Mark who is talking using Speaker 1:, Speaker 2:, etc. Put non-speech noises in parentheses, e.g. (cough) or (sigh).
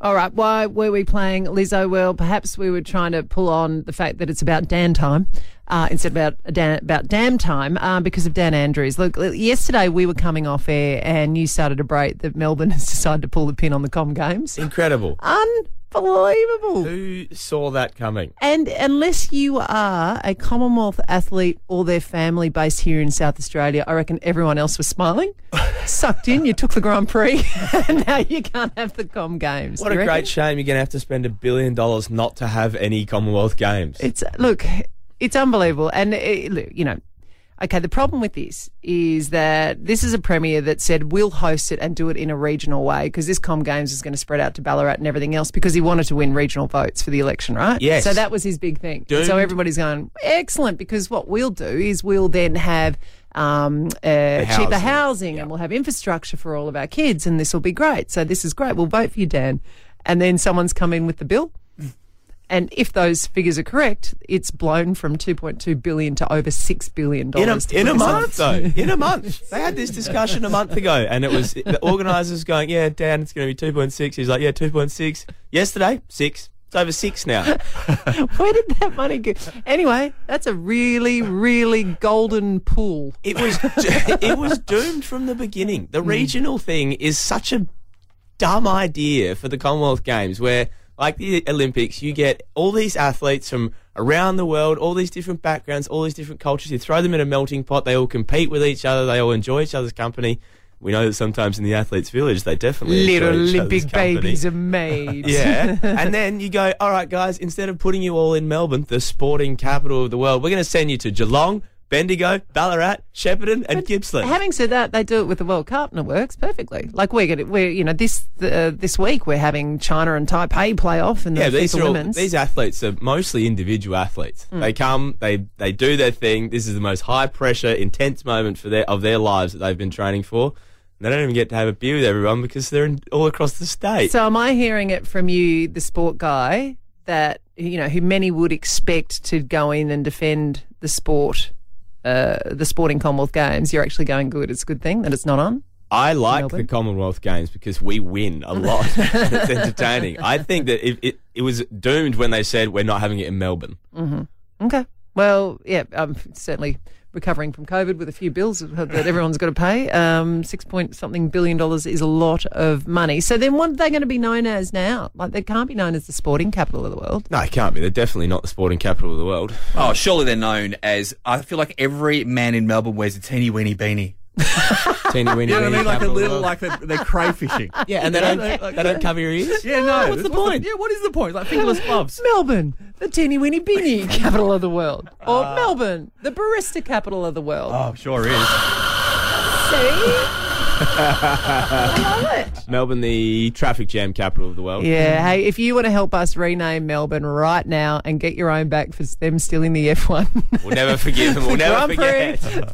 Speaker 1: All right. Why were we playing Lizzo? Well, perhaps we were trying to pull on the fact that it's about Dan time uh, instead about Dan, about damn time uh, because of Dan Andrews. Look, l- yesterday we were coming off air and you started to break that Melbourne (laughs) has decided to pull the pin on the Com Games.
Speaker 2: Incredible.
Speaker 1: Unbelievable.
Speaker 2: Who saw that coming?
Speaker 1: And unless you are a Commonwealth athlete or their family based here in South Australia, I reckon everyone else was
Speaker 2: (laughs)
Speaker 1: smiling, sucked in. You took the Grand Prix, (laughs) and now you can't have the Com Games.
Speaker 2: What
Speaker 1: You
Speaker 2: a
Speaker 1: reckon?
Speaker 2: great shame you're going to have to spend a billion dollars not to have any Commonwealth Games.
Speaker 1: It's look, it's unbelievable, and it, look, you know, okay. The problem with this is that this is a premier that said we'll host it and do it in a regional way because this Com Games is going to spread out to Ballarat and everything else because he wanted to win regional votes for the election, right?
Speaker 2: Yes.
Speaker 1: So that was his big thing.
Speaker 2: Doomed.
Speaker 1: So everybody's going excellent because what we'll do is we'll then have. Um, uh, cheaper
Speaker 2: housing.
Speaker 1: housing, and we'll have infrastructure for all of our kids, and this will be great. So this is great. We'll vote for you, Dan. And then someone's come in with the bill, and if those figures are correct, it's blown from 2.2 billion to over six billion
Speaker 2: in a,
Speaker 1: dollars.
Speaker 2: in a month, though. In a month. They had this discussion a month ago, and it was the organisers going, Yeah, Dan, it's going to be 2.6. He's like, Yeah, 2.6. Yesterday, 6. It's over 6 now.
Speaker 1: (laughs) Where did that money go? Anyway, that's a really, really golden pool.
Speaker 2: It was (laughs) it was doomed from the beginning.
Speaker 1: Hmm.
Speaker 2: The regional thing is such a dumb idea for the Commonwealth Games, where like the Olympics, you get all these athletes from around the world, all these different backgrounds, all these different cultures. You throw them in a melting pot. They all compete with each other. They all enjoy each other's company. We know that sometimes in the athletes' village, they definitely
Speaker 1: Little
Speaker 2: enjoy each
Speaker 1: Olympic
Speaker 2: other's company.
Speaker 1: babies are made.
Speaker 2: (laughs) Yeah. and then you go, all right, guys, instead of putting you all in Melbourne, the sporting capital of the world, we're going to send you to Geelong, Bendigo, Ballarat, Shepparton, and Gippsland.
Speaker 1: Having said that, they do it with the World Cup and it works perfectly. Like we're gonna, we're you know this uh, this week we're having China and Taipei play off and
Speaker 2: yeah,
Speaker 1: the
Speaker 2: these
Speaker 1: FIFA
Speaker 2: are all,
Speaker 1: women's.
Speaker 2: these athletes are mostly individual athletes. They come, they they do their thing. This is the most high pressure, intense moment for their of their lives that they've been training for. And they don't even get to have a beer with everyone because they're in, all across the state.
Speaker 1: So am I hearing it from you, the sport guy, that you know who many would expect to go in and defend the sport, uh, the sporting Commonwealth Games? You're actually going good. It's a good thing that it's not on.
Speaker 2: I like
Speaker 1: Melbourne.
Speaker 2: the Commonwealth Games because we win a
Speaker 3: (laughs)
Speaker 2: lot. it's entertaining. I think that it, it, it was doomed when they said we're not having it in Melbourne.
Speaker 1: Okay. Well, yeah, I'm certainly recovering from COVID with a few bills
Speaker 2: (laughs)
Speaker 1: that everyone's got to pay. Um, six point something billion dollars is a lot of money. So then, what are they going to be known as now? Like they can't be known as the sporting capital of the world.
Speaker 2: No, it can't be. They're definitely not the sporting capital of the
Speaker 3: (laughs)
Speaker 2: world.
Speaker 3: Oh, surely they're known as. I feel like every man in Melbourne wears a teeny weeny beanie.
Speaker 2: Teeny weeny.
Speaker 3: You know what
Speaker 2: weeny
Speaker 3: I mean? Like a
Speaker 2: capital of the
Speaker 3: little,
Speaker 2: world.
Speaker 3: like they're, they're crayfishing.
Speaker 2: yeah, and they don't they don't cover your ears.
Speaker 3: (laughs) Yeah, no.
Speaker 2: What's the point?
Speaker 3: Yeah, what is the point? Like fingerless gloves.
Speaker 1: Melbourne, the teeny weeny beanie (laughs) capital of the world. Or
Speaker 2: Ah.
Speaker 1: Melbourne, the barista capital of the world.
Speaker 3: Oh, sure is.
Speaker 2: Ah.
Speaker 1: See? I
Speaker 2: (laughs)
Speaker 1: love it.
Speaker 2: Melbourne, the traffic jam capital of the world.
Speaker 1: Yeah, hey, if you want to help us rename Melbourne right now and get your own back for them stealing the F1.
Speaker 2: We'll never forgive them. We'll never
Speaker 1: Grand Prix.
Speaker 2: forget.